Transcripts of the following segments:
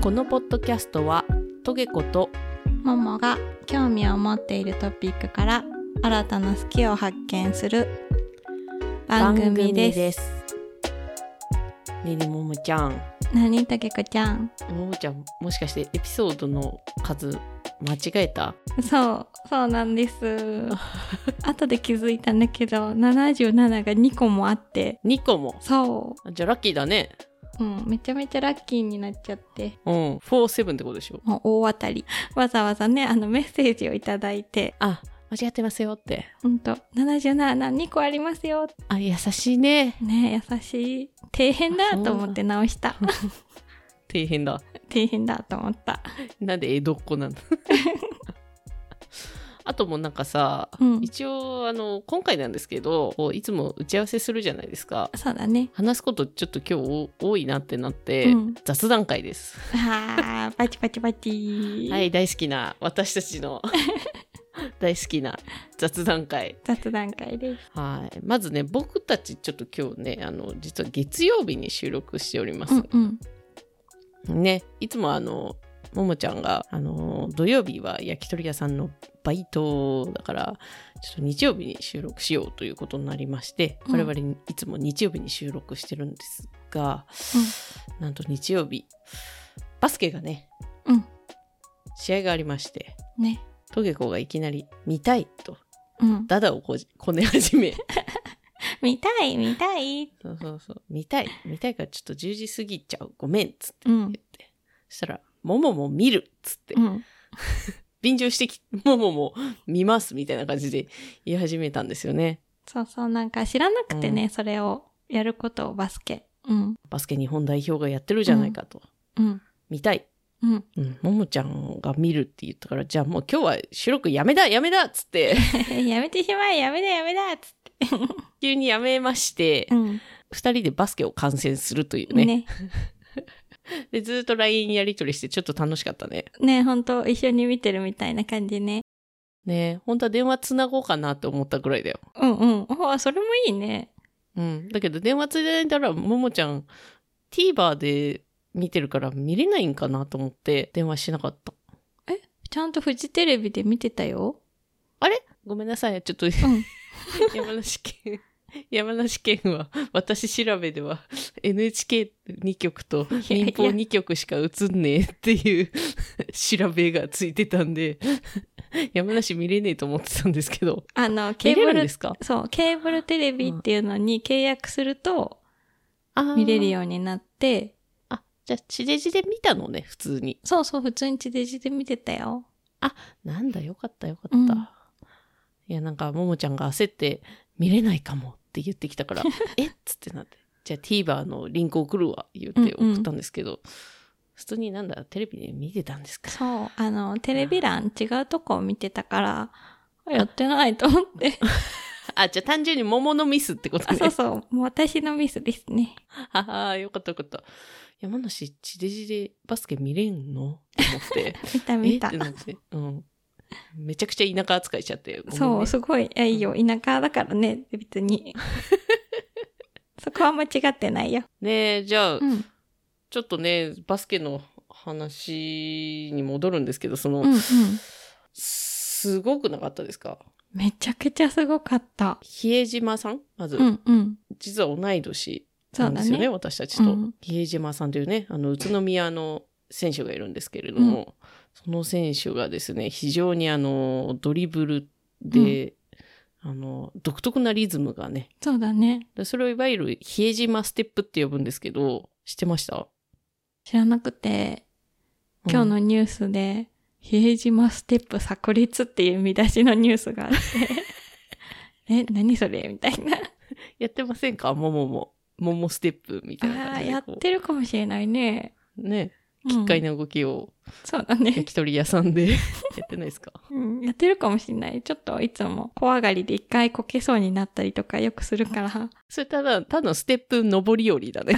このポッドキャストはトゲコとももが興味を持っているトピックから新たな好きを発見する番組ですねえねえももちゃん何たけこちゃんももちゃんもしかしてエピソードの数間違えたそうそうなんです 後で気づいたんだけど77が2個もあって2個もそじゃあラッキーだねう、うん、めちゃめちゃラッキーになっちゃってうん47ってことでしょもう大当たりわざわざねあのメッセージをいただいてあ間違ってますよってうんと772個ありますよあ優しいねね優しい底辺だと思って直 した底辺だ底辺だと思ったなんで江戸っ子 なんだあともうなんかさ、うん一応あの今回なんですけどこういつも打ち合わせするじゃないですかそうだね話すことちょっと今日多いなってなって、うん雑談会ですあーパチパチパチ、はい大好きな私たち の大好きな雑談会雑談会ですはいまずね僕たちちょっと今日ねあの実は月曜日に収録しております、うんうんねいつもあのももちゃんがあの土曜日は焼き鳥屋さんのバイトだからちょっと日曜日に収録しようということになりましてうん我々いつも日曜日に収録してるんですが、なんと日曜日バスケがねうん試合がありましてねトゲ子がいきなり見たいとうんダダをこじこね始 め見たい見たいそうそうそう見たい見たいからちょっと10時過ぎちゃうごめんっつってうん言ってそしたら「ももも見る」っつってうん便乗してき、ももも見ますみたいな感じで言い始めたんですよね。そうそうなんか知らなくてね、うそれをやることをバスケうんバスケ日本代表がやってるじゃないかと。うん見たい。うんうん、ももちゃんが見るって言ったから、じゃあもう今日は収録やめだやめだっつって、 やめてしまえやめだやめだっつって急にやめまして、うん二人でバスケを観戦するというね。ねで、ずっと LINE やり取りしてちょっと楽しかったね。ね本当一緒に見てるみたいな感じねね本当は電話つなごうかなって思ったぐらいだよ。うんうんおーそれもいいねうん。だけど電話つないだら、ももちゃん、TVer で見てるから見れないんかなと思って電話しなかった。ちゃんとフジテレビで見てたよごめんなさい。ちょっと、ん山梨県、山梨県は、私調べでは NHK2 局とやいや民放2局しか映んねえっていう調べがついてたんで、山梨見れねえと思ってたんですけど、あ のケ見ーれブるんルですかそうケーブルテレビっていうのに契約すると見れる。あーようになって、じゃあ、地デジで見たのね、普通に。そうそう普通に地デジで見てたよなんだ、よかったよかった。うんいや、なんか、ももちゃんが焦って、見れないかもって言ってきた から、えっつってなって、じゃあ TVer のリンク送るわ、言ってうんうん送ったんですけど、普通になんだ、テレビで見てたんですか。 そうあのテレビ欄違うとこを見てたからやってないと思って あ、じゃあ単純に桃のミスってことあそうね。そうもう私のミスですね ああ、よかったよかった。山梨、地デジでバスケ見れんのと思って、見たえ 見ったてなって、うん。めちゃくちゃ田舎扱いしちゃって。ごめんねそうすごいいやいいよ田舎だからね 別にそこは間違ってないよねえ、じゃあ、うんちょっとね、バスケの話に戻るんですけど、その、うんうんすごくなかったですかめちゃくちゃすごかった比江島さんまず、うんうん実は同い年そなうんでだすよね、ね私たちと、うん比江島さんというね、あの、宇都宮の選手がいるんですけれども、その選手がですね、非常にあの、ドリブルで、あの、独特なリズムがね、そうだねでそれをいわゆる比江島ステップって呼ぶんですけど、知ってました知らなくて今日のニュースで、比江島ステップ炸裂っていう見出しのニュースが あって、え、何それみたいな。やってませんかももも。ももステップみたいなああ感ー、じでやっこう。てるかもしれないね。ね。機機械の動き をそうだね焼、き鳥屋さんで やってないですかうん。やってるかもしれない。ちょっといつも怖がりで一回こけそうになったりとかよくする から、それただ、ただステップ上り下りだ ね。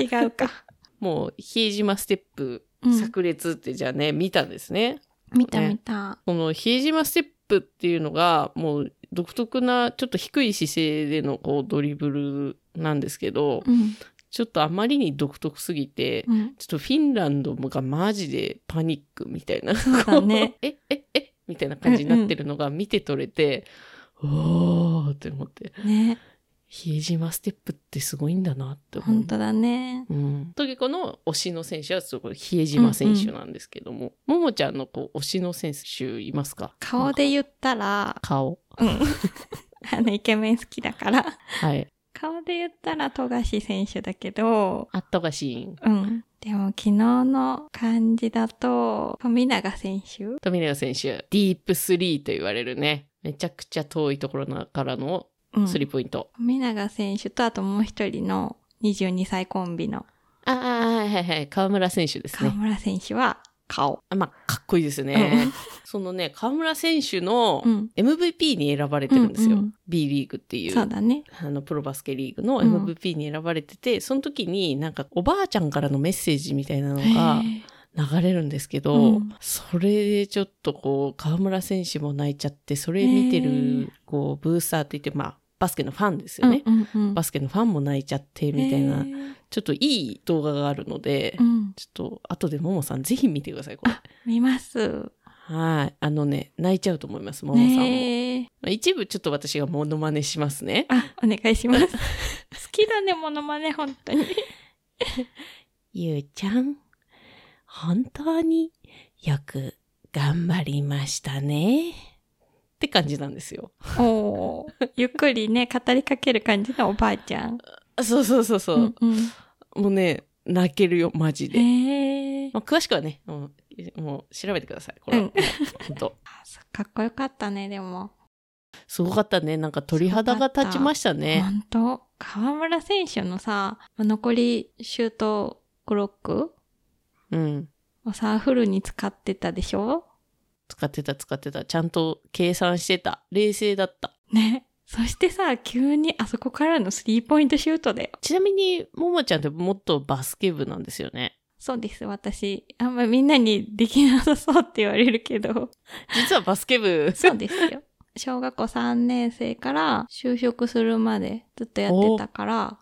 違うか。もう、比江島ステップうん炸裂ってじゃあね、見たんですね。見たね見た。この比江島ステップっていうのが、もう独特な、ちょっと低い姿勢でのこうドリブルなんですけど、うん。ちょっとあまりに独特すぎて、うん。ちょっとフィンランドがマジでパニックみたいな。そうだね え、え、えみたいな感じになってるのが見て取れて、おーって思って、ね。比江島ステップってすごいんだなって思う本。当だね。うん、トゲコの推しの選手はすごい比江島選手なんですけども、ももちゃんのこう推しの選手いますか顔で言ったら、顔。うん。 あの、イケメン好きだから。はい。顔で言ったら、富樫選手だけど、あったかしいん。うん。でも、昨日の感じだと、富永選手富永選手、ディープスリーと言われるね。めちゃくちゃ遠いところからのうん。スリーポイント。富永選手と、あともう一人の22歳コンビのああ、はいはいはい。河村選手です河ね。村選手は、顔。あまあ、かっこいいですね。そのね、河村選手のうん。 MVP に選ばれてるんですよ。うんうん B リーグっていう。そうだね。あのプロバスケリーグのうん MVP に選ばれてて、その時になんかおばあちゃんからのメッセージみたいなのがへえ流れるんですけど、うんそれでちょっとこう河村選手も泣いちゃってそれ見てへるーこうブースターって言ってまあバスケのファンですよね、うんうんうんバスケのファンも泣いちゃってみたいな、へえちょっといい動画があるので、うん。ちょっと後でももさんぜひ見てくださいこれ見ます。はいあのね泣いちゃうと思いますももさんも、ねえ。まあ一部ちょっと私がモノマネしますねあ、お願いし ます。好きだね、モノマネ、本当に。ゆうちゃん、本当によく頑張りましたね。って感じなんですよ。 おーゆっくりね、語りかける感じのおばあちゃん。そうそうそうそうう、んうん。もうね、泣けるよ、マジで。へえまあ、詳しくはね、もうもう調べてください。これ、うん本当。かっこよかったね、でも。すごかったね。なんか鳥肌が立ちましたね。本当河村選手のさ、残りシュートブロックうん。をさ、フルに使ってたでしょ使ってた、使ってた。ちゃんと計算してた。冷静だった。ね。そしてさ、急にあそこからのスリーポイントシュートだよ。ちなみに、ももちゃんってもっとバスケ部なんですよね。そうです、私。あんまみんなにできなさそうって言われるけど。実はバスケ 部。そうですよ。小学校3年生から就職するまでずっとやってたから、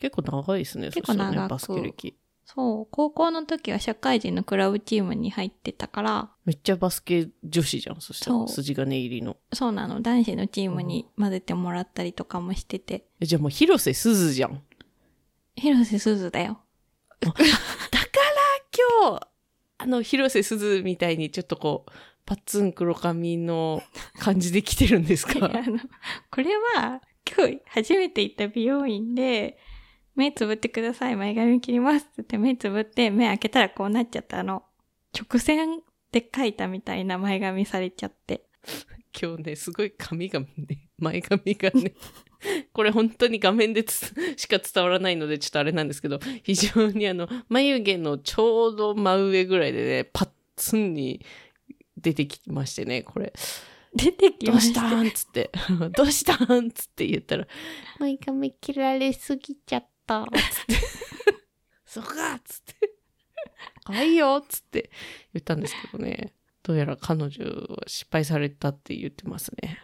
結構長いですね。結構長くそしたらねバスケ歴。そう、高校の時は社会人のクラブチームに入ってたから、めっちゃバスケ女子じゃん、そしたそら。う筋金入りの。そうなの、男子のチームに混ぜてもらったりとかもしてて、えじゃあもう広瀬すずじゃん。広瀬すずだ よ。だから今日、あの、広瀬すずみたいにちょっとこう、パッツン黒髪の感じで来てるんですあ かの、 これは今日初めて行った美容院で、目つぶってください、前髪切りますって言って目つぶって目開けたらこうなっちゃったあの。直線で描いたみたいな前髪されちゃって。今日ね、すごい髪がね、前髪が ね、これ本当に画面でつしか伝わらないので、ちょっとあれなんですけど、非常にあの、眉毛のちょうど真上ぐらいでね、パッツンに出てきましてね、これ。出てきどうまししたた。んっつって、 どうしたんっつって言ったら、毎回目切られすぎちゃった、つって。 そっかっつって。可愛いよっつって言ったんですけどね。どうやら彼女は失敗されたって言ってますね。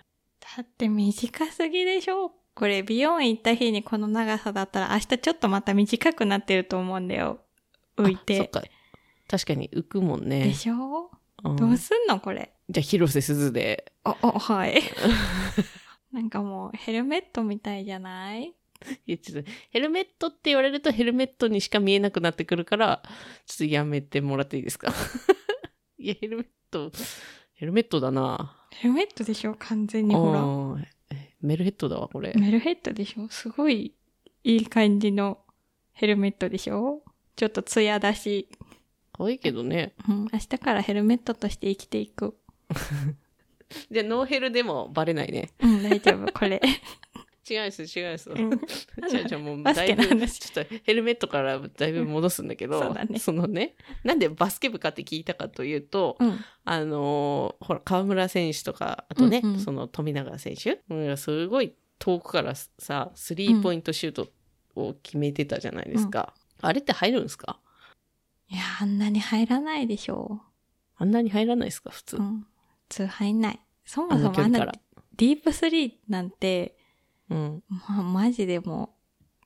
だって短すぎでしょこれ美容院行った日にこの長さだったら明日ちょっとまた短くなってると思うんだよ。浮い。あそってか。確かに浮くもんでね。しょうんどうすんのこれ。じゃあ、広瀬すずで。お、お、はい。 なんかもうヘルメットみたいじゃない いやちょっとヘルメットって言われるとヘルメットにしか見えなくなってくるから、ちょっとやめてもらっていいですか いや、ヘルメット、ヘルメットだな。ヘルメットでしょ完全にほら。うんメルヘッドだわ、これ。メルヘッドでしょすごいいい感じのヘルメットでしょちょっとツヤだし。可愛いけどね。うん、明日からヘルメットとして生きていく。じゃあ、ノーヘルでもバレないね。うん、大丈夫、これ。違うです、 違うです。うん じゃあ、じゃあもう、 バだスいケぶ、のちょ話っとヘルメットからだいぶ戻すんだけど、 うんそうだねのね、なんでバスケ部かって聞いたかというと、うん。あのーほら、河村選手とか、あとね、うんうんその富永選手うんすごい遠くからさ、スリーポイントシュートを決めてたじゃないですか。あれって入るんですかいや、あんなに入らないでしょあんなに入らないですか普通。う。うん。普通入んない。そもあそのも距あん離かなら。ディープスリーなんて、うん。まあ、マジでも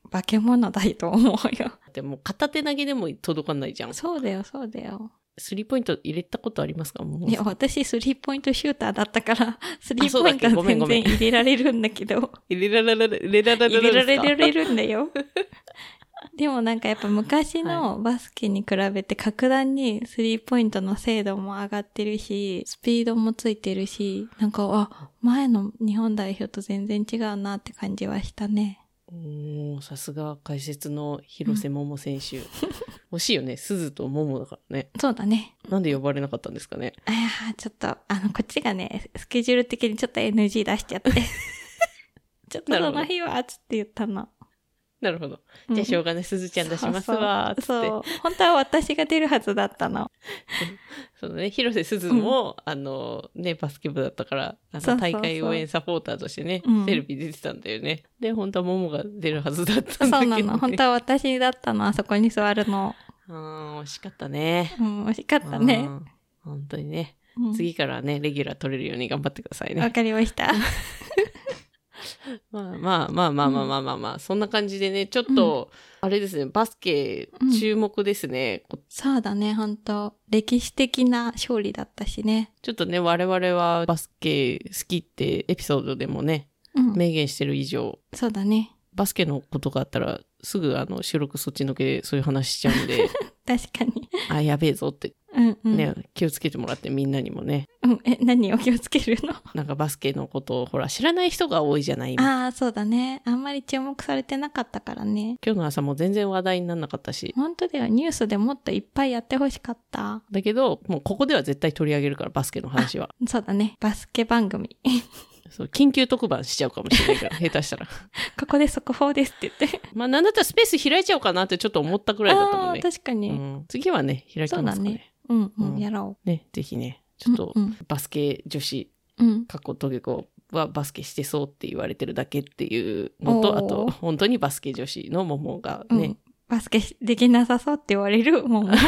う、化け物だと思うよ。でもう片手投げでも届かないじゃん。そうだよ、そうだよ。スリーポイント入れたことありますかもいや、私、スリーポイントシューターだったから、スリーポイントあそうだっけごはめん全ごめ然ん入れられるんだ けど、入れられる、入れられ入れらる。れられるん だよ。でもなんかやっぱ昔のバスケに比べて格段にスリーポイントの精度も上がってるし、スピードもついてるし、なんか、あ、前の日本代表と全然違うなって感じはしたね。おーさすが解説の広瀬桃選手。惜しいよね。鈴と桃だからね。そうだね。なんで呼ばれなかったんですかね。ああ、ちょっと、あの、こっちがね、スケジュール的にちょっと NG 出しち ゃって。ちょっとなるそほどの日は、つって言ったの。なるほど。じゃあしょうがない。鈴ちゃん出しますわ。つって。そうそそう。本当は私が出るはずだったの。のね、広瀬鈴も、あの、ね、バスケ部だったから、あそうそうそのう大会応援サポーターとしてねうん、テレビ出てたんだよね。で、本当は桃が出るはずだったそう んだけど、なね。の。本当は私だったの、あそこに座るの。あー惜しかったね。うん、惜しかったねう。ん。本当にね。うん次からね、レギュラー取れるように頑張ってくださいわね。かりました。まあまあまあまあまあまあまあまあ、そんな感じでね、ちょっと、あれですね、バスケうん注目ですね。こそうだね、本当歴史的な勝利だったしね。ちょっとね、我々はバスケ好きってエピソードでもね、うん。明言してる以上、そうだね。バスケのことがあったら、すぐあの、収録そっちのけでそういう話しちゃうん で、確 かに。あ、やべえぞってうんうん。ね、気をつけてもらってみんなにもね、うん、え、何を気をつけるのなんかバスケのことを、ほら、知らない人が多いじゃない、今。ああ、そうだね。あんまり注目されてなかったからね。今日の朝も全然話題にならなかったし、本当だよ。ニュースでもっといっぱいやってほしかった。だけど、もうここでは絶対取り上げるから、バスケの話は。そうだね。バスケ番組。 そう、緊急特番しちゃうかもしれないから、下手 したら。ここで速報ですって言って。まあ、なんだったらスペース開いちゃおうかなってちょっと思ったくらいだったもんあーね。確かに。うん、次はね、開きますかね。うん、ううん、んやろねぜひね、う。ちょっと、うん、バスケ女子、うんうん。過去トゲコはバスケしてそうって言われてるだけっていうのと、おーあと、本当にバスケ女子の桃がうんね、バスケできなさそうって言われるも ん。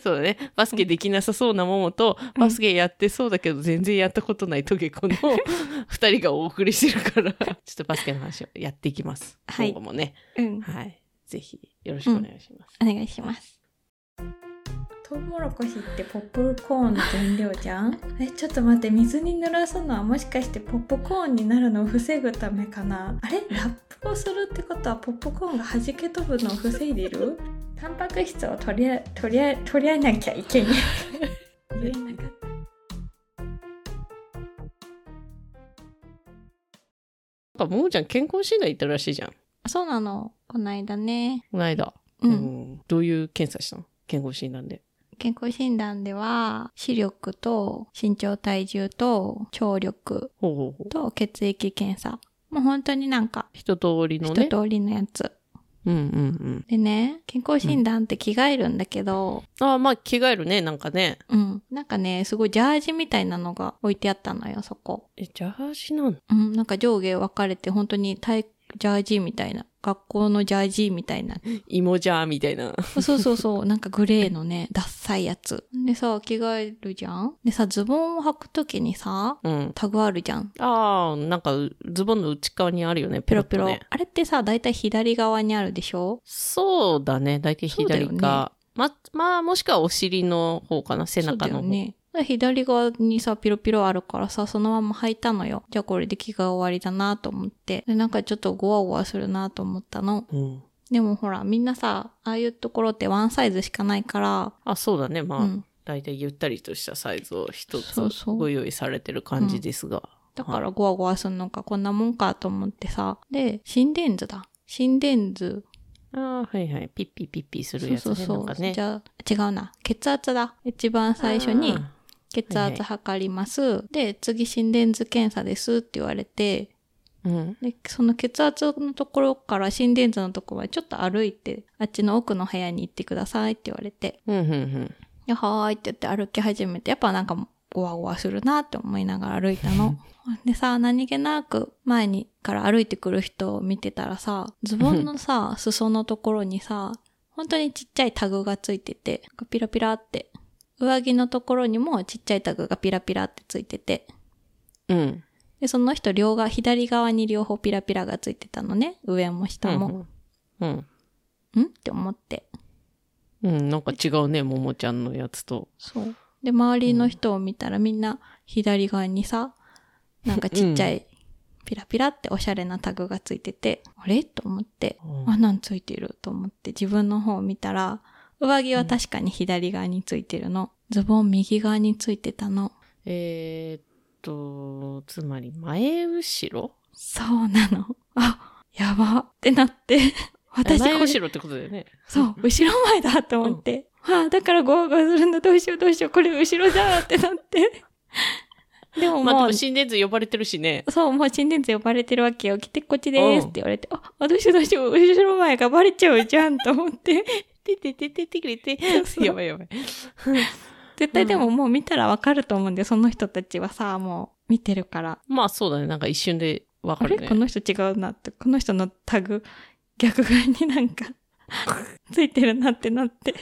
そうだね、バスケできなさそうな桃と、うんバスケやってそうだけど全然やったことないトゲ コの二人がお送りしてるから、ちょっとバスケの話をやっていきます。はい今後もね。うん。はい。ぜひ、よろしくお願いします。お願いします。トウモロコシってポップコーンの原料じゃ んえ、ちょっと待って、水に濡らすのはもしかしてポップコーンになるのを防ぐためかなあれラップをするってことはポップコーンが弾け飛ぶのを防いでるタンパク質を取りあ、取りあ、取り合えなきゃいけ ない。言えなかった。なんか、ももちゃん健康診断行ったらしいじゃん。そうなの、こないだね。この間。うん。うんどういう検査したの健康診断で。健康診断では、視力と身長体重と聴力ほうほうほう。と血液検査。もう本当になんか、一通りの一ね。通りのやつ。うんうんでね、健康診断って着替えるんだけど、うん。ああ、まあ、着替えるね、なんかね。うん、なんかね、すごいジャージみたいなのが置いてあったのよ、そこ。え、ジャージなのうん、なんか上下分かれて、本当に体ジャージみたいな。学校のジャージみ たいな。芋ジャーみたいな。そうそうそう、なんかグレーのね、ダッサいやつ。でさ、着替えるじゃんでさ、ズボンを履くときにさ、うん。タグあるじゃん。ああ、なんか、ズボンの内側にあるよね、ペペロロペペロ。ロ。ね、あれってさ、だいたい左側にあるでしょそうだね、大体左そうだよか。ま、まあ、もしくはお尻の方かな、背そう中だよの方。ね。左側にさ、ピロピロあるからさ、そのまま履いたのよ。じゃあこれで着が終わりだなと思って。で、なんかちょっとゴワゴワするなと思ったの。うん。でもほら、みんなさ、ああいうところってワンサイズしかないから、あ、そうだね、まあ。うん。大体ゆったりとしたサイズを一つそうそうご用意されてる感じですが。だからゴワゴワするのか、こんなもんかと思ってさ。で、心電図だ。心電図。ああ、はいはい。ピッピピッピするそうやつそうね。そなんう。かねじ。ゃあ、違うな。血圧だ。一番最初に、あ血圧測ります。で、次心電図検査ですって言われて、ー。うん。で、その血圧のところから心電図のところまでちょっと歩いて、あっちの奥の部屋に行ってくださいって言われて、うん、うん、うん。ではーいって言って歩き始めて、やっぱなんかゴワゴワするなって思いながら歩いたの。でさ、何気なく前にから歩いてくる人を見てたらさ、ズボンのさ、裾のところにさ、本当にちっちゃいタグがついてて、なんかピラピラって。上着のところにもちっちゃいタグがピラピラってついてて、うん。で、その人両側、左側に両方ピラピラがついてたのね。上も下も。うん。んって思って。うん、なんか違うね、ももちゃんのやつと。そう。で、周りの人を見たらみんな左側にさ、なんかちっちゃい、ピラピラっておしゃれなタグがついてて、あれと思って、うんあ、なんついてると思って自分の方を見たら、上着は確かに左側についてるの。ズボン右側についてたの。えーっと、つまり、前後ろそうなの。あ、やばってなって。私前これ後ろってことだよね。 そう、後ろ前だと思って。はあ、だからゴーゴーするんだ、どうしようどうしよう、これ後ろだって なって。でももう、まあ、でも心電図呼ばれてるしね。 そう、もう心電図呼ばれてるわけよ。来て、こっちでーすって言われて、あ、あどうしようどうしよう、後ろ前がバレちゃうじゃんと 思って。てててててくれて。やばいやばい。絶対でももう見たらわかると思うんで、その人たちはさ、もう見てるから。まあそうだね。なんか一瞬でわあかれ、るね。この人違うなって、この人のタグ、逆側になんか、 ついてるなってなって。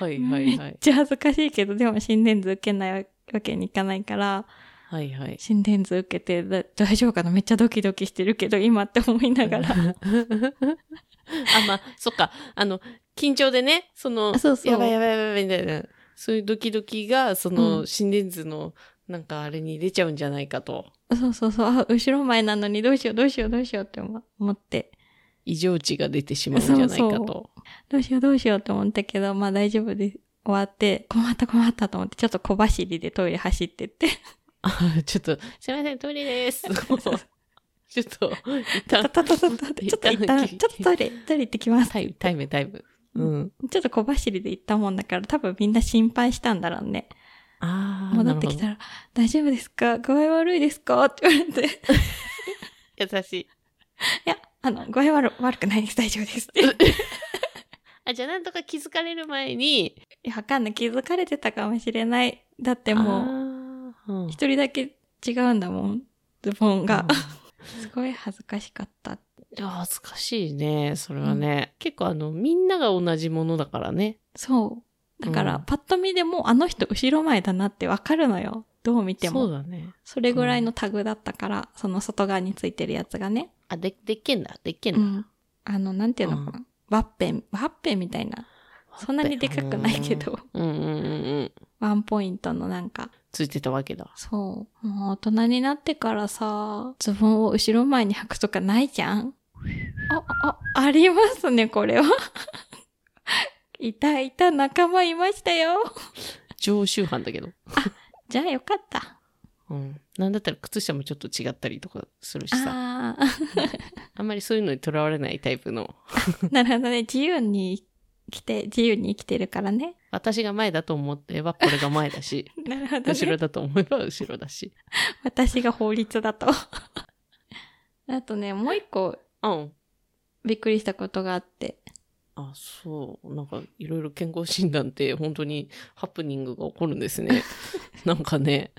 はいはいはめっい。ちゃ恥ずかしいけど、でも心電図受けないわけにいかないから、はいはい。心電図受けてだ大丈夫かなめっちゃドキドキしてるけど今って思いながら。 あ、まあ、そっか。あの、緊張でね、その、あそうそうやばいやばいやばいみたいな。そういうドキドキが、そうの、ん心電図の、なんかあれに出ちゃうんじゃないかと。そうそうそう、あ、後ろ前なのにどうしようどうしようどうしようって思思って、異常値が出てしまうんじゃないかそうと。どうしようどうしようって思ったけど、まあ大丈夫で終わって、困った困ったと思って、ちょっと小走りでトイレ走ってって、あ ちょっと、すいません、トイレ です。もうちょっと、一タ旦、タタタタってちょっと一旦、ちょっとトイレ、トイレ行ってきます。タイム、タイム、タイム。うん。ちょっと小走りで行ったもんだから、多分みんな心配したんだろうね。ああ、戻ってきたら、大丈夫ですか具合悪いですかって言われて、ないるほど優しい。や、あの、具合悪悪くないです、大丈夫ですって。あ、じゃあなんとか気づかれる前に、いや、わかんない。気づかれてたかもしれない。だってもう、もうん、一人だけ違うんだもん。ズボンがう。んすごい恥ずかしかった。いや恥ずかしいね、それはね。結構あの、みんなが同じものだからね。そう。だから、うんパッと見でもうあの人後ろ前だなってわかるのよ。どう見てそうも。だね。それぐらいのタグだったから、その外側についてるやつがね。あ、で、でっけんだ、でっけんうだ。ん。あの、なんていうのかな。ワッペン、ワッペンみたいな。そんなにでかくないけど、うん。うんうんうんうん。ワンポイントのなんか、ついてたわけだ。そう。もう大人になってからさ、ズボンを後ろ前に履くとかないじゃんあ、あ、ありますね、これは。 いた、いた、仲間いましたよ。常習犯だけど。じゃあよかった。うん。なんだったら靴下もちょっと違ったりとかするしさ。あああ、んまりそういうのにとらわれないタイプの。 なるほどね。自由に来て、自由に生きてるからね。私が前だと思えばこれが前だし、 なるほど、後ろね。だと思えば後ろだし。私が法律だと。 あとね、もう一個うん。びっくりしたことがあって。あ、そう。なんか、いろいろ健康診断って、本当にハプニングが起こるんです ね。なんかね。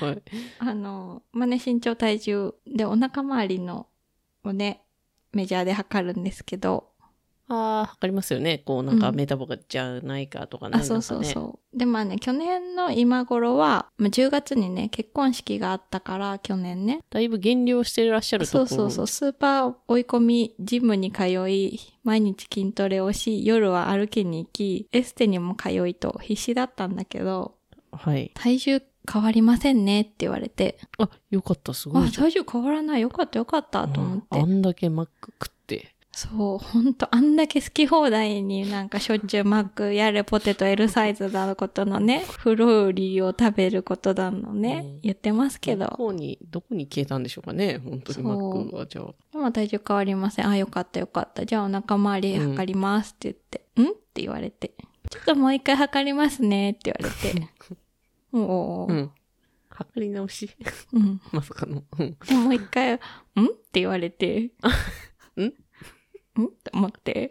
はい。あの、まあね、身長体重でお腹周りのをね、メジャーで測るんですけど、ああ、わかりますよね。こう、なんか、うんメタボがじゃないかとかね。あ、そうそうう。そう。で、まあね、去年の今頃は、まあ、10月にね、結婚式があったから、去年ね。だいぶ減量してらっしゃるとこそろうそうそう、スーパー追い込み、ジムに通い、毎日筋トレをし、夜は歩きに行き、エステにも通いと必死だったんだけど、はい。体重変わりませんねって言われて、あ、よかった、すごいあ、じ体重変わらない、よかったよかっゃたん。と思っうて。んあんだけマック食って。そう、ほんと、あんだけ好き放題になんかしょっちゅうマックやれポテト L サイズだのことの ね、フローリーを食べることだのね、うん言ってますけどど、こに、どこに消えたんでしょうかね。本当にマックが、じゃあ。でも体重変わりません。あ、よかったよかった。じゃあお腹周り測りますって言って、んって言われて、ちょっともう一回測りますねって言われ て、もうう、ん。測り直し。 うん。まさかの。うん。でもう一回、んって言われて、 んんって思って、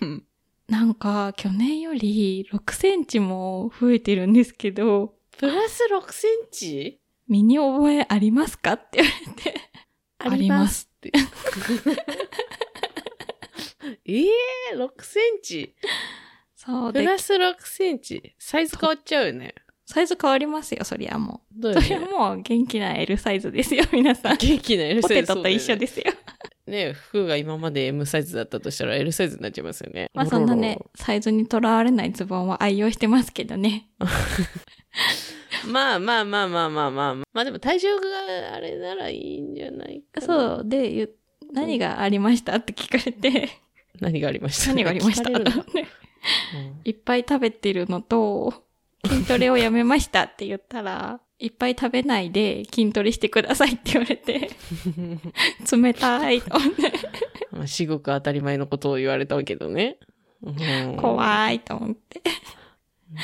うんなんか、去年より6センチも増えてるんですけど、プラス6センチ身に覚えありますかって言われて、ありますって。ええー、6センチそうプで、ラス6センチサイズ変わっちゃうよね。サイズ変わりますよ、そりゃもどうう。やそねりゃもう元気な L サイズですよ、皆さん。元気な L ポサイテズ。そトうとだよ一緒ね。ですよ。ね服が今まで M サイズだったとしたら L サイズになっちゃいますよね。まあそんなおろねろ、サイズにとらわれないズボンは愛用してますけどね。まあまあまあまあまあまあまあ。まあでも体重があれならいいんじゃないかな。そう。で、ゆ何がありましたって聞かれて、何がありました 何がありました聞かれるないっぱい食べてるのと、筋トレをやめましたって言ったら、いっぱい食べないで筋トレしてくださいって言わ れて、冷たいと思って、まあ、至極当たり前のことを言われたわけどね。うん怖いと思って。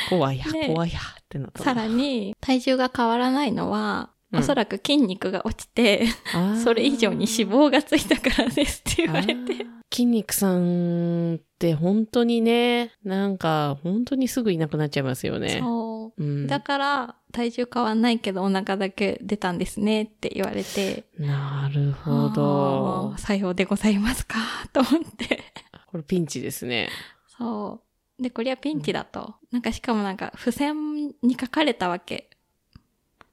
怖いや、ね怖いやってなったな。さらに、体重が変わらないのは、うんおそらく筋肉が落ちて、あーそれ以上に脂肪がついたからですって言われて。あー筋肉さんって本当にね、なんか本当にすぐいなくなっちゃいますよね。そう。うん、だから、体重変わんないけどお腹だけ出たんですねって言われて、なるほどあー。さようでございますか、と思って。これピンチですね。そう。で、これはピンチだと。なんかしかもなんか、付箋に書かれたわけ。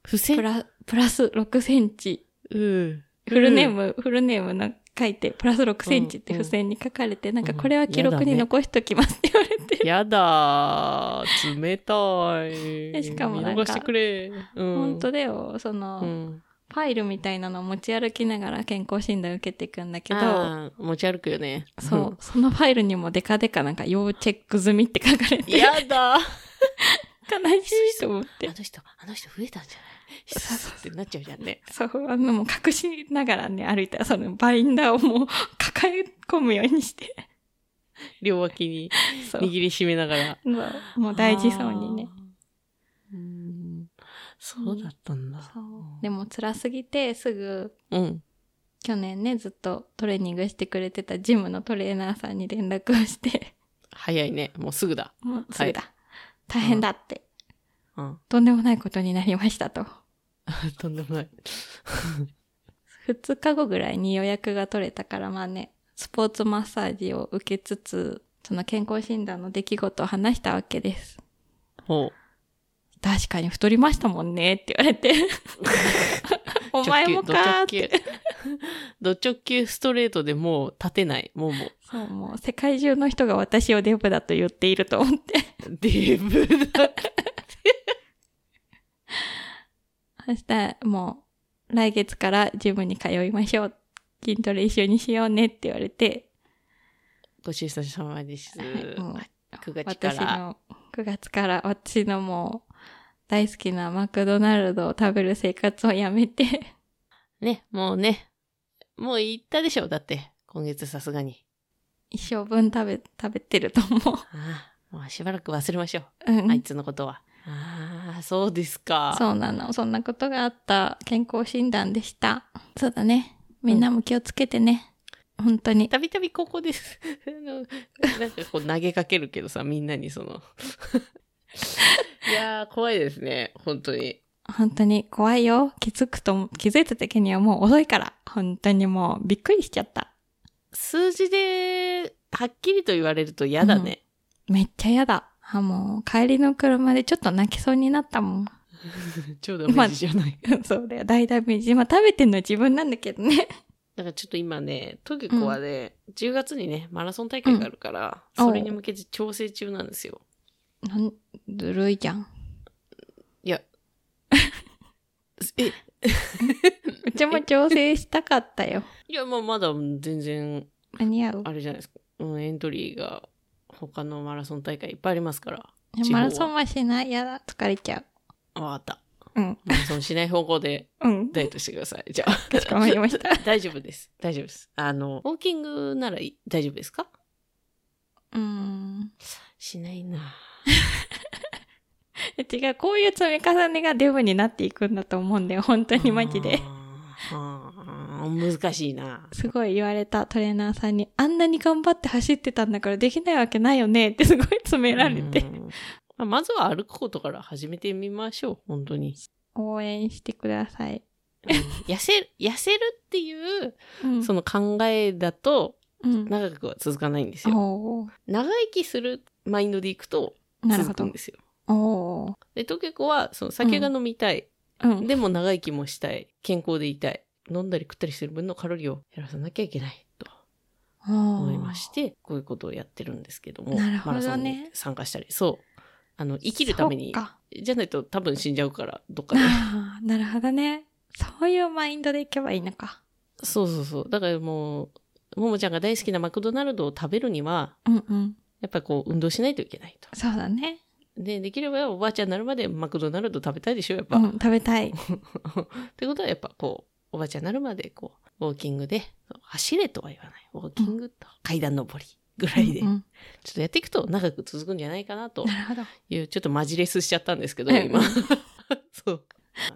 不正プラプラス6センチ。うんフルネーム、フルネームの書いて、プラス6センチって付箋に書かれて、なんかこれは記録に残しときますって言われて。やだー冷たい。でしかもなん見か逃してくれ。うん、本当だよ。その、うん。ファイルみたいなの持ち歩きながら健康診断受けていくんだけど、あー持ち歩くよね。そう、そのファイルにもデカデカなんか要チェック済みって書かれうん。て、悲 やだーしいと思ってあ。の人、あの人増えたんじゃないひささってなっちゃうじゃんね。そう、あの、もう隠しながらね、歩いたら、そのバインダーをもう抱え込むように して、両脇にそう握、りしめながら。もうもう大事そうにね。あー。うんそうだったんだ。そうでも辛すぎて、すぐ、うん。去年ね、ずっとトレーニングしてくれてたジムのトレーナーさんに連絡をして、早いね。もうすぐだ。 もうすぐだ。大変だって、うん。 とんでもないことになりましたと。とんでもない。 2日後ぐらいに予約が取れたからまあねスポーツマッサージを受けつつその健康診断の出来事を話したわけですほ確かに太りましたもんねって言われ ておう。前もかード直っ球 て。ド直球ストレートでもう立てない。もうもう。そうもう世界中の人が私をデブだと言っていると思って デブだ。明日もう来月からジムに通いましょう筋トレ一緒にしようねって言われて、ごちそうさまです。はいもう9月か私ら。の9月から私のもう大好きなマクドナルドを食べる生活をやめて ね、もうね。もう言ったでしょ。だって、今月さすがに。一生分食べ食べてると思う、ああ、まあしばらく忘れましょうんう。あいつのことは。ああ、そうですか。そうなのそんなことがあった健康診断でしたそうだねみんなも気をつけてね、本当にたびたびここです。 あの、なんかこう投げかけるけどさ、みんなにその。いやー、怖いですね。本当に。本当に怖いよ気づくと気づいた時にはもう遅いから本当にもうびっくりしちゃった数字で、はっきりと言われると嫌だね。めっちゃやだあもう帰りの車でちょっと泣きそうになったもん 超ダメージじゃない。そうだよ大ダメージまあ食べてんの自分なんだけどねだからちょっと今ね、トゲコはね、10月にね、マラソン大会があるから、うんそれに向けて調整中なんですよ。なん、ずるいじゃん。いや。え、うちも調整したかったよ。いや、まあまだ全然、間に合う。あれじゃないですか。うん、エントリーが、他のマラソン大会いっぱいありますから。いや地方マはラソンはしない。やだ、疲れちゃわかった。う。うん。マラソンしない方向でうん。ダイエットしてくだ さい。じゃあ。かしこまりました。 大丈夫です。大丈夫です。あの、ウォーキングならい大丈夫ですかうん。しないな。 違う、こういう積み重ねがデブになっていくんだと思うんだよ。本当にマジで。あー。あー難しいな。すごい言われたトレーナーさんに、あんなに頑張って走ってたんだからできないわけないよねってすごい詰められうて。んまあまずは歩くことから始めてみましょう。本当に。応援してくださうい。ん痩せる、痩せるっていう、うんその考えだと、うん。長くは続かないんですよ。おー長生きするマインドでいくと、なる続くほんどで。すよ。おおーで、トケコは、その酒が飲みたい。うん。でも長生きもしたい。健康でいたい。飲んだり食ったりしてる分のカロリーを減らさなきゃいけない。と思思いまして、こういうことをやってるんですけども。なるほどねマラソンに参加したり。そう。あの、生きるためにそっ。かじゃないと多分死んじゃうから、どっかで。あーなるほどね。そういうマインドでいけばいいのか。 そうそうそう。だからもう、ももちゃんが大好きなマクドナルドを食べるには、うんうん。やっぱりこう、運動しないといけないと。そうだね。で、できればおばあちゃんになるまでマクドナルド食べたいでしょ、やっぱ。うっん、食べたい。てことはやっぱこう、おばあちゃんになるまでこう、ウォーキングで、走れとは言わない。ウォーキングと階段登りぐらいで、うんうんちょっとやっていくと長く続くんじゃないかなとなるほど。いう、ちょっとマジレスしちゃったんですけど、うん今。 そう。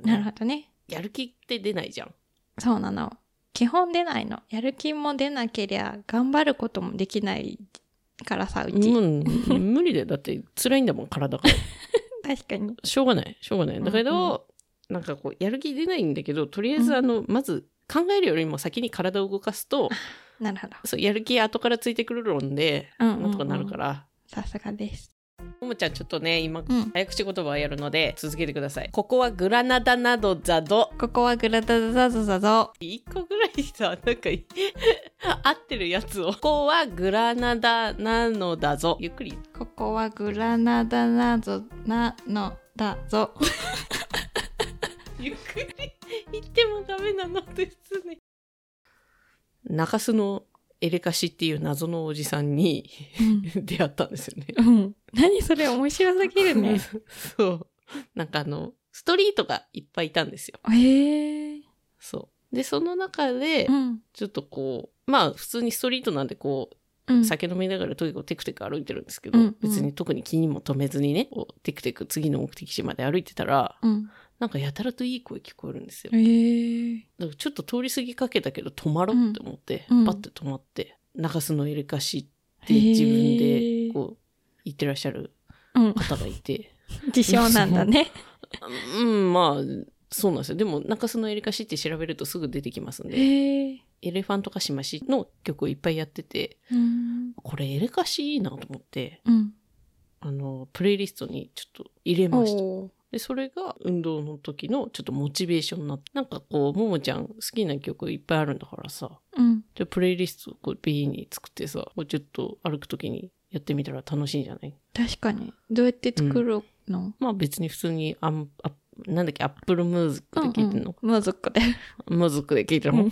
なるほどね。やる気って出ないじゃん。そうなの。基本出ないの。やる気も出なけりゃ、頑張ることもできないからさ、うち。うん、無理だよ。だって辛いんだもん、体が。確かに。しょうがない、しょうがない。だけうんど、なんかこう、やる気出ないんだけど、とりあえず、うんあの、まず、考えるよりも先に体を動かすと、なるほど。そう、やる気後からついてくる論で、うんうんうんなんとかなるから。さすがです。ももちゃん、ちょっとね、今、うん。早口言葉をやるので、続けてください。ここはグラナダなどザド。ここはグラダダダダダぞ。一個ぐらいさ、なんかい、 合ってるやつを。ここはグラナダなのだぞ。ゆっくり。ここはグラナダなぞ、なのだぞ。ゆっくり言ってもダメなのですね。中洲のエレカシっていう謎のおじさんに 出会ったんですよね。うん。何それ面白すぎるね。 そう。なんかあの、ストリートがいっぱいいたんですよ。ええそう。で、その中でう、ん。ちょっとこう、まあ普通にストリートなんでこう、うん。酒飲みながらとにかくテクテク歩いてるんですけど、うんうん別に特に気にも留めずにね、こうテクテク次の目的地まで歩いてたら、うん。なんかやたらといい声聞こえるんですよ。ええだからちょっと通り過ぎかけたけど止まろうって思って、うんうんパッて止まって中洲のエレカシって自分でこう行ってらっしゃるうん。方がいて自称なんだね。うんまあそうなんですよでも中洲のエレカシって調べるとすぐ出てきますんでええエレファントカシマシの曲をいっぱいやっててうん。これエレカシいいなと思ってうん。あのプレイリストにちょっと入れましたおーでそれが運動の時のちょっとモチベーションになってなんかこうももちゃん好きな曲いっぱいあるんだからさうん。じゃあプレイリストをこうビーに作ってさ、もうちょっと歩くときにやってみたら楽しいんじゃない確かに。どうやって作るのまあ別に普通にアン、あなんだっけ、アップルムーズックで聞いてんの、マズックで。ムーズックで聞いてるもうん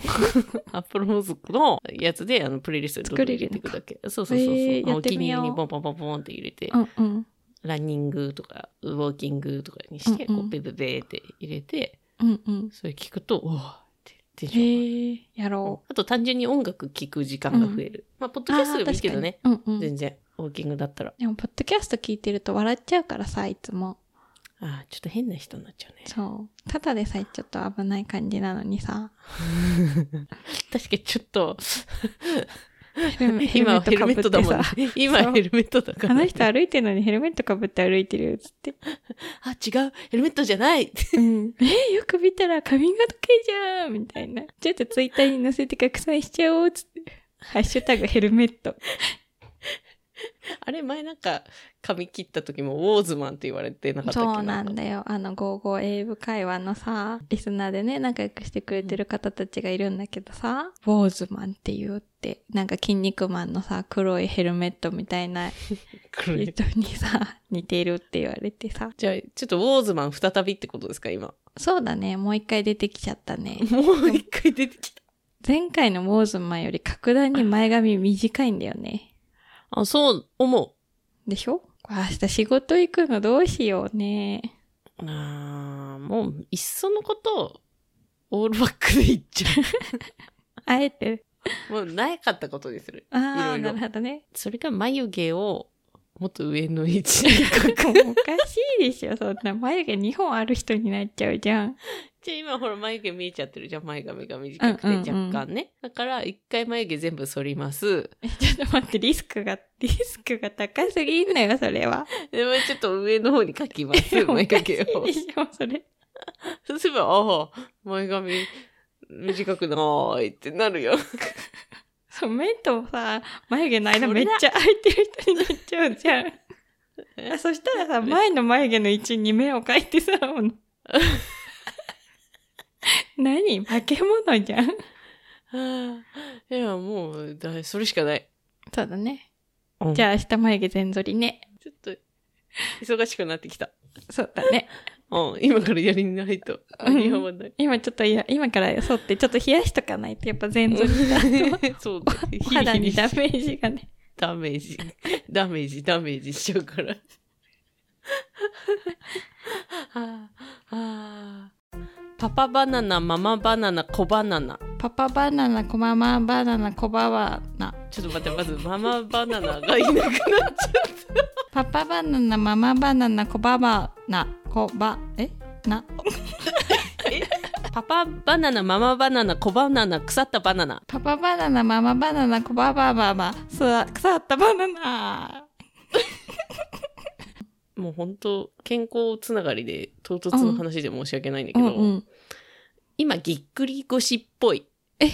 ん。アップルムーズックのやつで、あの、プレイリストにどんどん入れていくだけ。そうそうそうそう。へーまあやってみようお気に入りにボンボンボンボンって入れて、うんうん。ランニングとか、ウォーキングとかにして、うんうんこう、ベベベって入れて、うんうん。それ聞くと、おーってテンション上がるええやろあと単純に音楽聞く時間が増える。まあ、ポッう。ドキャストでもいいけどね。あー。確かにうんうん。全然、ウォーキングだったら。でも、ポッドキャスト聞いてると笑っちゃうからさ、いつも。ああ、ちょっと変な人になっちゃうね。そう。ただでさえちょっと危ない感じなの にさ。確かにちょっと、ヘルメヘル メ今ッはトヘルかメぶっットだてもんさね。。今はヘルメットだから、あの人歩いてるのにヘルメットかぶって歩いてるよ、つって。あ、違う、ヘルメットじゃない。 うん。え、よく見たら髪型系じゃんみたいな。ちょっとツイッターに載せて拡散しちゃおう、つって。ハッシュタグヘルメット。あれ、前なんか、髪切った時もウォーズマンって言われてなかったっけそうなんかだよ。あの、55英語会話のさ、リスナーでね、仲良くしてくれてる方たちがいるんだけどさ、ウォーズマンって言うって、なんか筋肉マンのさ、黒いヘルメットみたいな黒い人に さ、似てるって言われてさ。じゃあ、ちょっとウォーズマン再びってことですか、今。そうだね、もう一回出てきちゃったね。もう一回出てきた。前回のウォーズマンより格段に前髪短いんだよね。あ、そう思でしょこれ明日仕事行くのどうしようね。う。あーもう、いっそのこと、オールバックでいっちゃあえて。 う。もう、なかったことにする。ああ、いろろないるほどね。それか、眉毛を、もっと上の位置に描く もう。おかしいでしょ。そんな眉毛2本ある人になっちゃうじゃん。 じゃあ今ほら眉毛見えちゃってるじゃん前髪が短くてうん若うんうん干ね、だから一回眉毛全部剃りますえちょっと待って、リスクが、 リスクが高すぎんのよ、それ は。でもちょっと上の方に描きます おかし眉いで毛をしょ、それ。そうすればああ前髪短くないってな るよそう、目とさ、眉毛の間それめっだちゃ開いてる人になっちゃうじゃん。 あそしたらさ、前の眉毛の位置に目を描いてさ、も う何化け物じゃん。はあいや、もう、だそれしかない。そうだね。うんじゃあ明日眉毛全剃りね。ちょっと、忙しくなってきた。そうだね。うん、今からやりないと。間に合わない。 今ちょっといや、今からそうってちょっと冷やしとかないとやっぱ全剃りだとそうだ。お肌にヒリヒリダメージ がね。ダメージ、ダメージ、ダメージしちゃう から。はあはあパパバナナ、ママバナナ、小バナナ。パパバナナ、コママバナナ、コババナ。ちょっと待って、 まずママバナナがいなくなっちゃパパバナナ、ママバナナ、コババナ、コバ、えな。う。パパバナナ、ママバナナ、小バナナ、腐ったバナナ。パパバナナ、ママバナナ、コババババ、すわ腐ったバナナ。もう本当健康つながりで唐突の話で申し訳ないんだけうんど、うん。今ぎっくり腰っぽい。え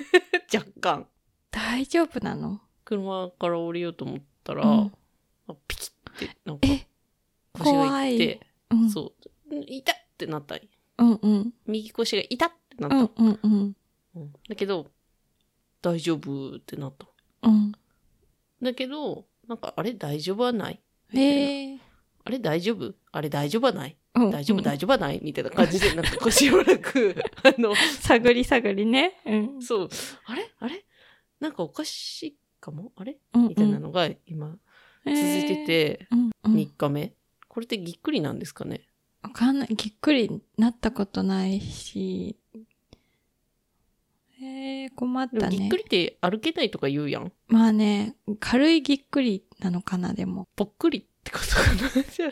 若干。大丈夫なの車から降りようと思ったら、うんピキって、なんかえ、腰がいって、うん、そう、うん痛っってなったんようんうん。右腰が痛っってなっうたんの、うんうん。うんだけど、大丈夫ってなったの。うん。だけど、なんか、あれ大丈夫はないみたいなへえ。あれ大丈夫あれ大丈夫はないうん大丈夫大丈丈夫はないみたいな感じで、なんかこうしばらく、 あの、夫。探り探りね。うん。そう、あれあれなんかおかしいかもあれみみたいなのが今続続いて。て、うんうん3日目。これってぎっくりなんですかねわかんない。ぎっくりなったことないし。えー、困っでもたぎっねく。りって歩けないとか言うやん。まあね、軽いぎっくりなのかな、でも。 ぽっくりってことかな じゃあ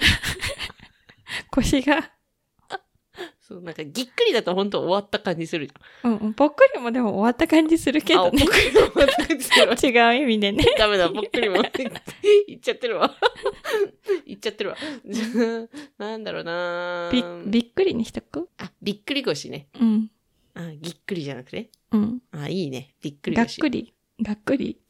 腰が。そう、なんかぎっくりだと本当終わった感じするじうんうん。ぽっくりもでも終わった感じするけゃん。どあ、ぽっくね。りも終わった感じするわ。違う意味でね。ダメだ、ぽっくりも。いっちゃってるわ。いっちゃってるわ。じゃあなんだろうなびびっくりにしとくあ、びっくり腰ね。うん。あ、ぎっくりじゃなくて。うん。あ、いいね。びっくりがっ腰。くり。がっくり。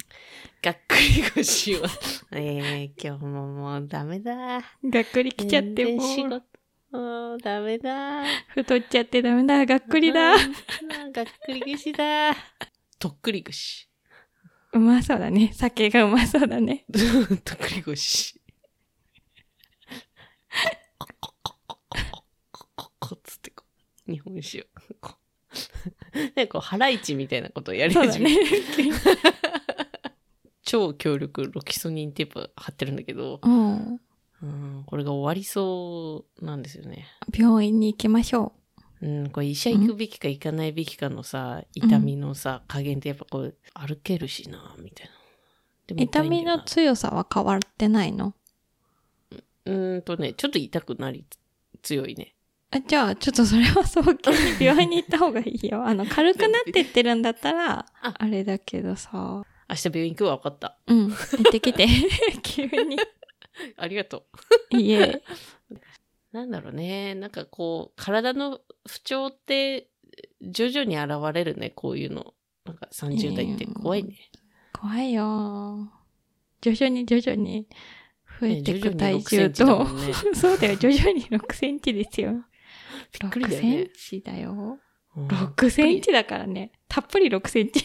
がっくり腰は。えー、今日ももうダメだ。がっくり来ちゃって、全然も仕う。事。もうダメだ。太っちゃってダメだ。がっくりだあ。ーがっくり串だ。とっくり串。うまそうだね。酒がうまそうだ ね。とっくり串。ここっつってこう。日本酒を。こうなんかこう、ハライチみたいなことをやりそうだ始めね て。。超強力ロキソニンテープ貼ってるんだけど、うん。うん、これが終わりそうなんですよね。病院に行きましょうん、これ医者行くべきか行かないべきかのさ、痛みのさ、加減ってやっぱこう、歩けるしな、みたいな。でう。も痛いんだみよなの強さは変わってないのうーんとね、ちょっと痛くなり強いね。あじゃあ、ちょっとそれは早急に病院に行った方がいいよ。 あの、軽くなってってるんだったら、ああれだけどさ。明日病院行くわ、分かった。うん。行ってき て。急に。ありがという。え。なんだろうね。なんかこう、体の不調って徐々に現れるね、こういうの。なんか30代ってうん怖いね。怖いよ。徐々に徐々に増えてね徐々くに体6セ重ンチだもと。んね そうだよ。徐々に6センチですよ。びっくり6だよセンね。チだよ。うん6センチだからね。たっぷり6センチ。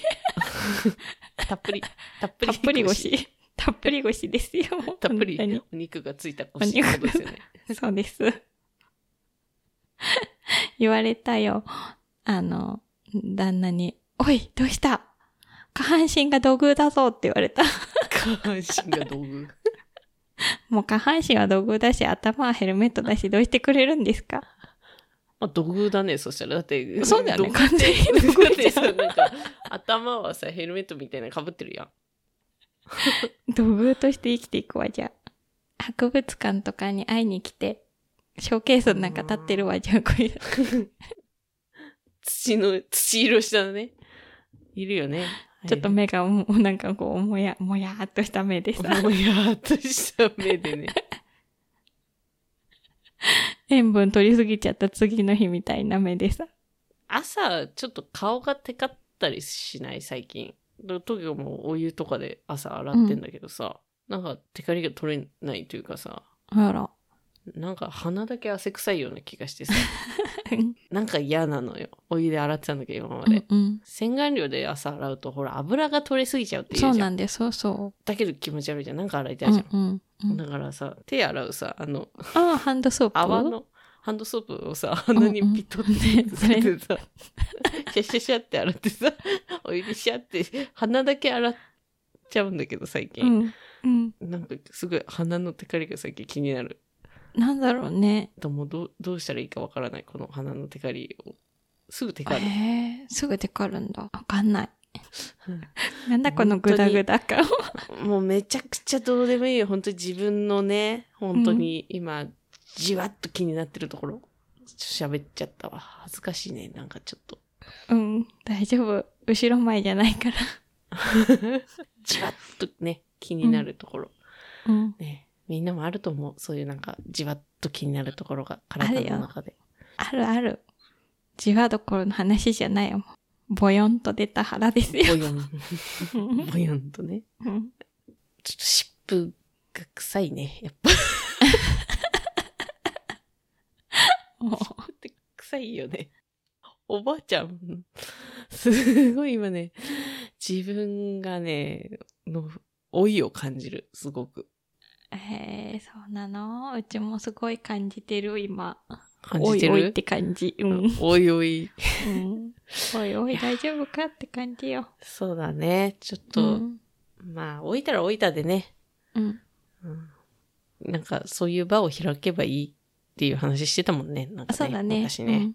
たっぷり、たっぷたり。っぷり腰。たっぷり腰ですよ。たっぷ本当にりお肉がついた腰ってことですよね。 そうです。言われたよ。あの、旦那に、おい、どうした下半身が土偶だぞって言われた。 下半身が道具。もう下半身は土偶だし、頭はヘルメットだし、どうしてくれるんですか まあ、土偶だね、そしたら。だって、そうだよね土偶完全に土偶だってじゃさ、んなんか、頭はさ、ヘルメットみたいなの被ってるやん。土偶として生きていくわ、じゃあ。博物館とかに会いに来て、ショーケースなんか立ってるわ、じゃあ、こういう。土の、土色したのね。いるよね。ちょっと目目がもう、なんかこう、もや、もやーっとした目で さ、もやーっとした目でね。塩分取りすぎちゃった次の日みたいな目でさ。朝、ちょっと顔がテカったりしない、最近。東京もお湯とかで朝洗ってんだけどさ、なんかテカリが取れないというかさ、あら。なんか鼻だけ汗臭いような気がしてさ、なんか嫌なのよ。お湯で洗ってたんだけど、今まで。うんうん洗顔料で朝洗うと、ほら、油が取れすぎちゃうっていそううじゃ。なんんで、そうそ。だけど気持ち悪いじゃん。なんか洗いうたういんじゃん。うんうん。だからさ、手洗うさ、あの、ああ、ハンドソープ。泡のハンドソープをさ、鼻にピトってつけて さ、シャシャシャって洗ってさ、 お湯でシャって、鼻だけ洗っちゃうんだけど、最う近。ん。うん。なんか、すごい鼻のテカリが最近気になる。なんだろうね。でもどう、どうしたらいいかわからない、この鼻のテカリを。すぐテへカる。え、すぐテカるんだ。わかんない。うんなんだこのグダグダ感。もうめちゃくちゃどうでもいいよ。本当に自分のね、本当に今、じわっと気になってるところ、ちょっと喋っちゃったわ。恥ずかしいね。なんかちょっと、うん、大丈夫。後ろ前じゃないから。じわっとね、気になるところ。うん。ね。みんなもあると思う。そういうなんか、じわっと気になるところが、体の中で。あるある。じわどころの話じゃないよ。ぼよんと出た腹ですよ。ぼよん、ぼよんとね。うんちょっと湿布が臭いね。やっぱ、も湿布って臭いよね。 おばあちゃん。すごい今ね、自分がね、の、老いを感じる。すごく。うへえそうなのうちもすごい感じてる、今。感じてるおいおいって感じ。うん。おいおい。うんおいおい、大丈夫かって感じよ。そうだね。ちょっうと、ん。まあ、老いたら老いたでね、うん。うんなんかそういう場を開けばいいっていう話してたもんね。なんあかねそうだね。昔ね、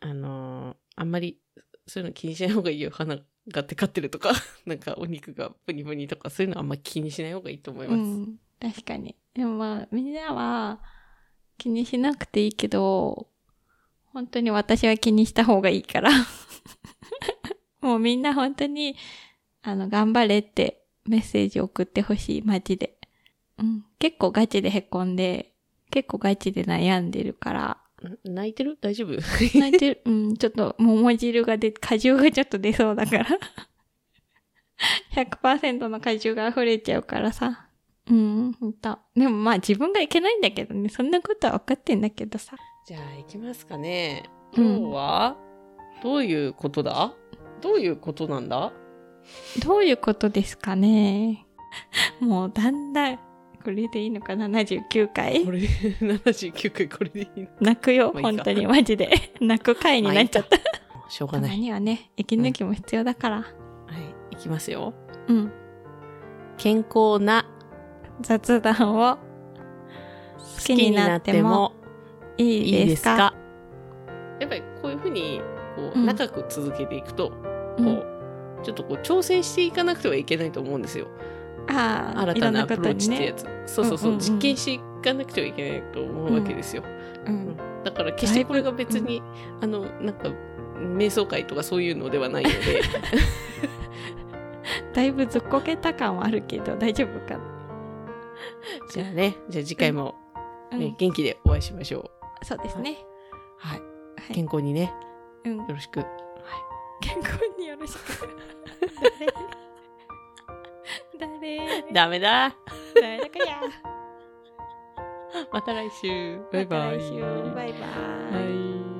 あのーあんまりそういうの気にしない方がいいよ。鼻がテカってるとか、 なんかお肉がプニプニとか、そういうのあんま気にしない方がいいと思いうん。うます。ん。確かに。でもまあ、みんなは気にしなくていいけど、本当に私は気にした方がいいから。 もうみんな本当に、あの、頑張れってメッセージ送ってほしい、マジで。うん。結構ガチでへこんで、結構ガチで悩んでるから、ん泣いてる大丈夫 泣いてる、うん、ちょっと、桃汁が出、果汁がちょっと出そうだから。100%の果汁が溢れちゃうからさ。うん、ほんと。でもまあ自分がいけないんだけどね。そんなことは分かってんだけどさ。じゃあ行きますかね。うん今日は、どういうことだどういうことなんだどういうことですかね。もうだんだん、これでいいのか ?79 回こ。 れ、79回これでいいの泣くよ、まあいいか本当に、マジで。 泣く回になっちゃった。まあいいかしょうたがまない。にはね、息抜きも必要だから。はい、行きますよ。うん。健康な雑談を好きになってもいいですかやっぱりこういうふうにこううん長く続けていくと、うんこうちょっとこう挑戦していかなくてはいけないと思うんですよああ、新いろたんなアこプとローチにってねやつ、そうそうそう、うんうんうん実験していかなくてはいけないと思うわけですよ、うん、だから決してこれが別に、あのなんか瞑想会とかそういうのではないので だいぶずっこけた感はあるけど大丈夫かな、じゃあねじゃあ次回も、うねん元気でお会いしましょうそうですね、はいはい健康にねうん、よろしく健康によ ろしく誰誰ダメだ誰だかやまた来週バイバイまた来週バイバイ、はい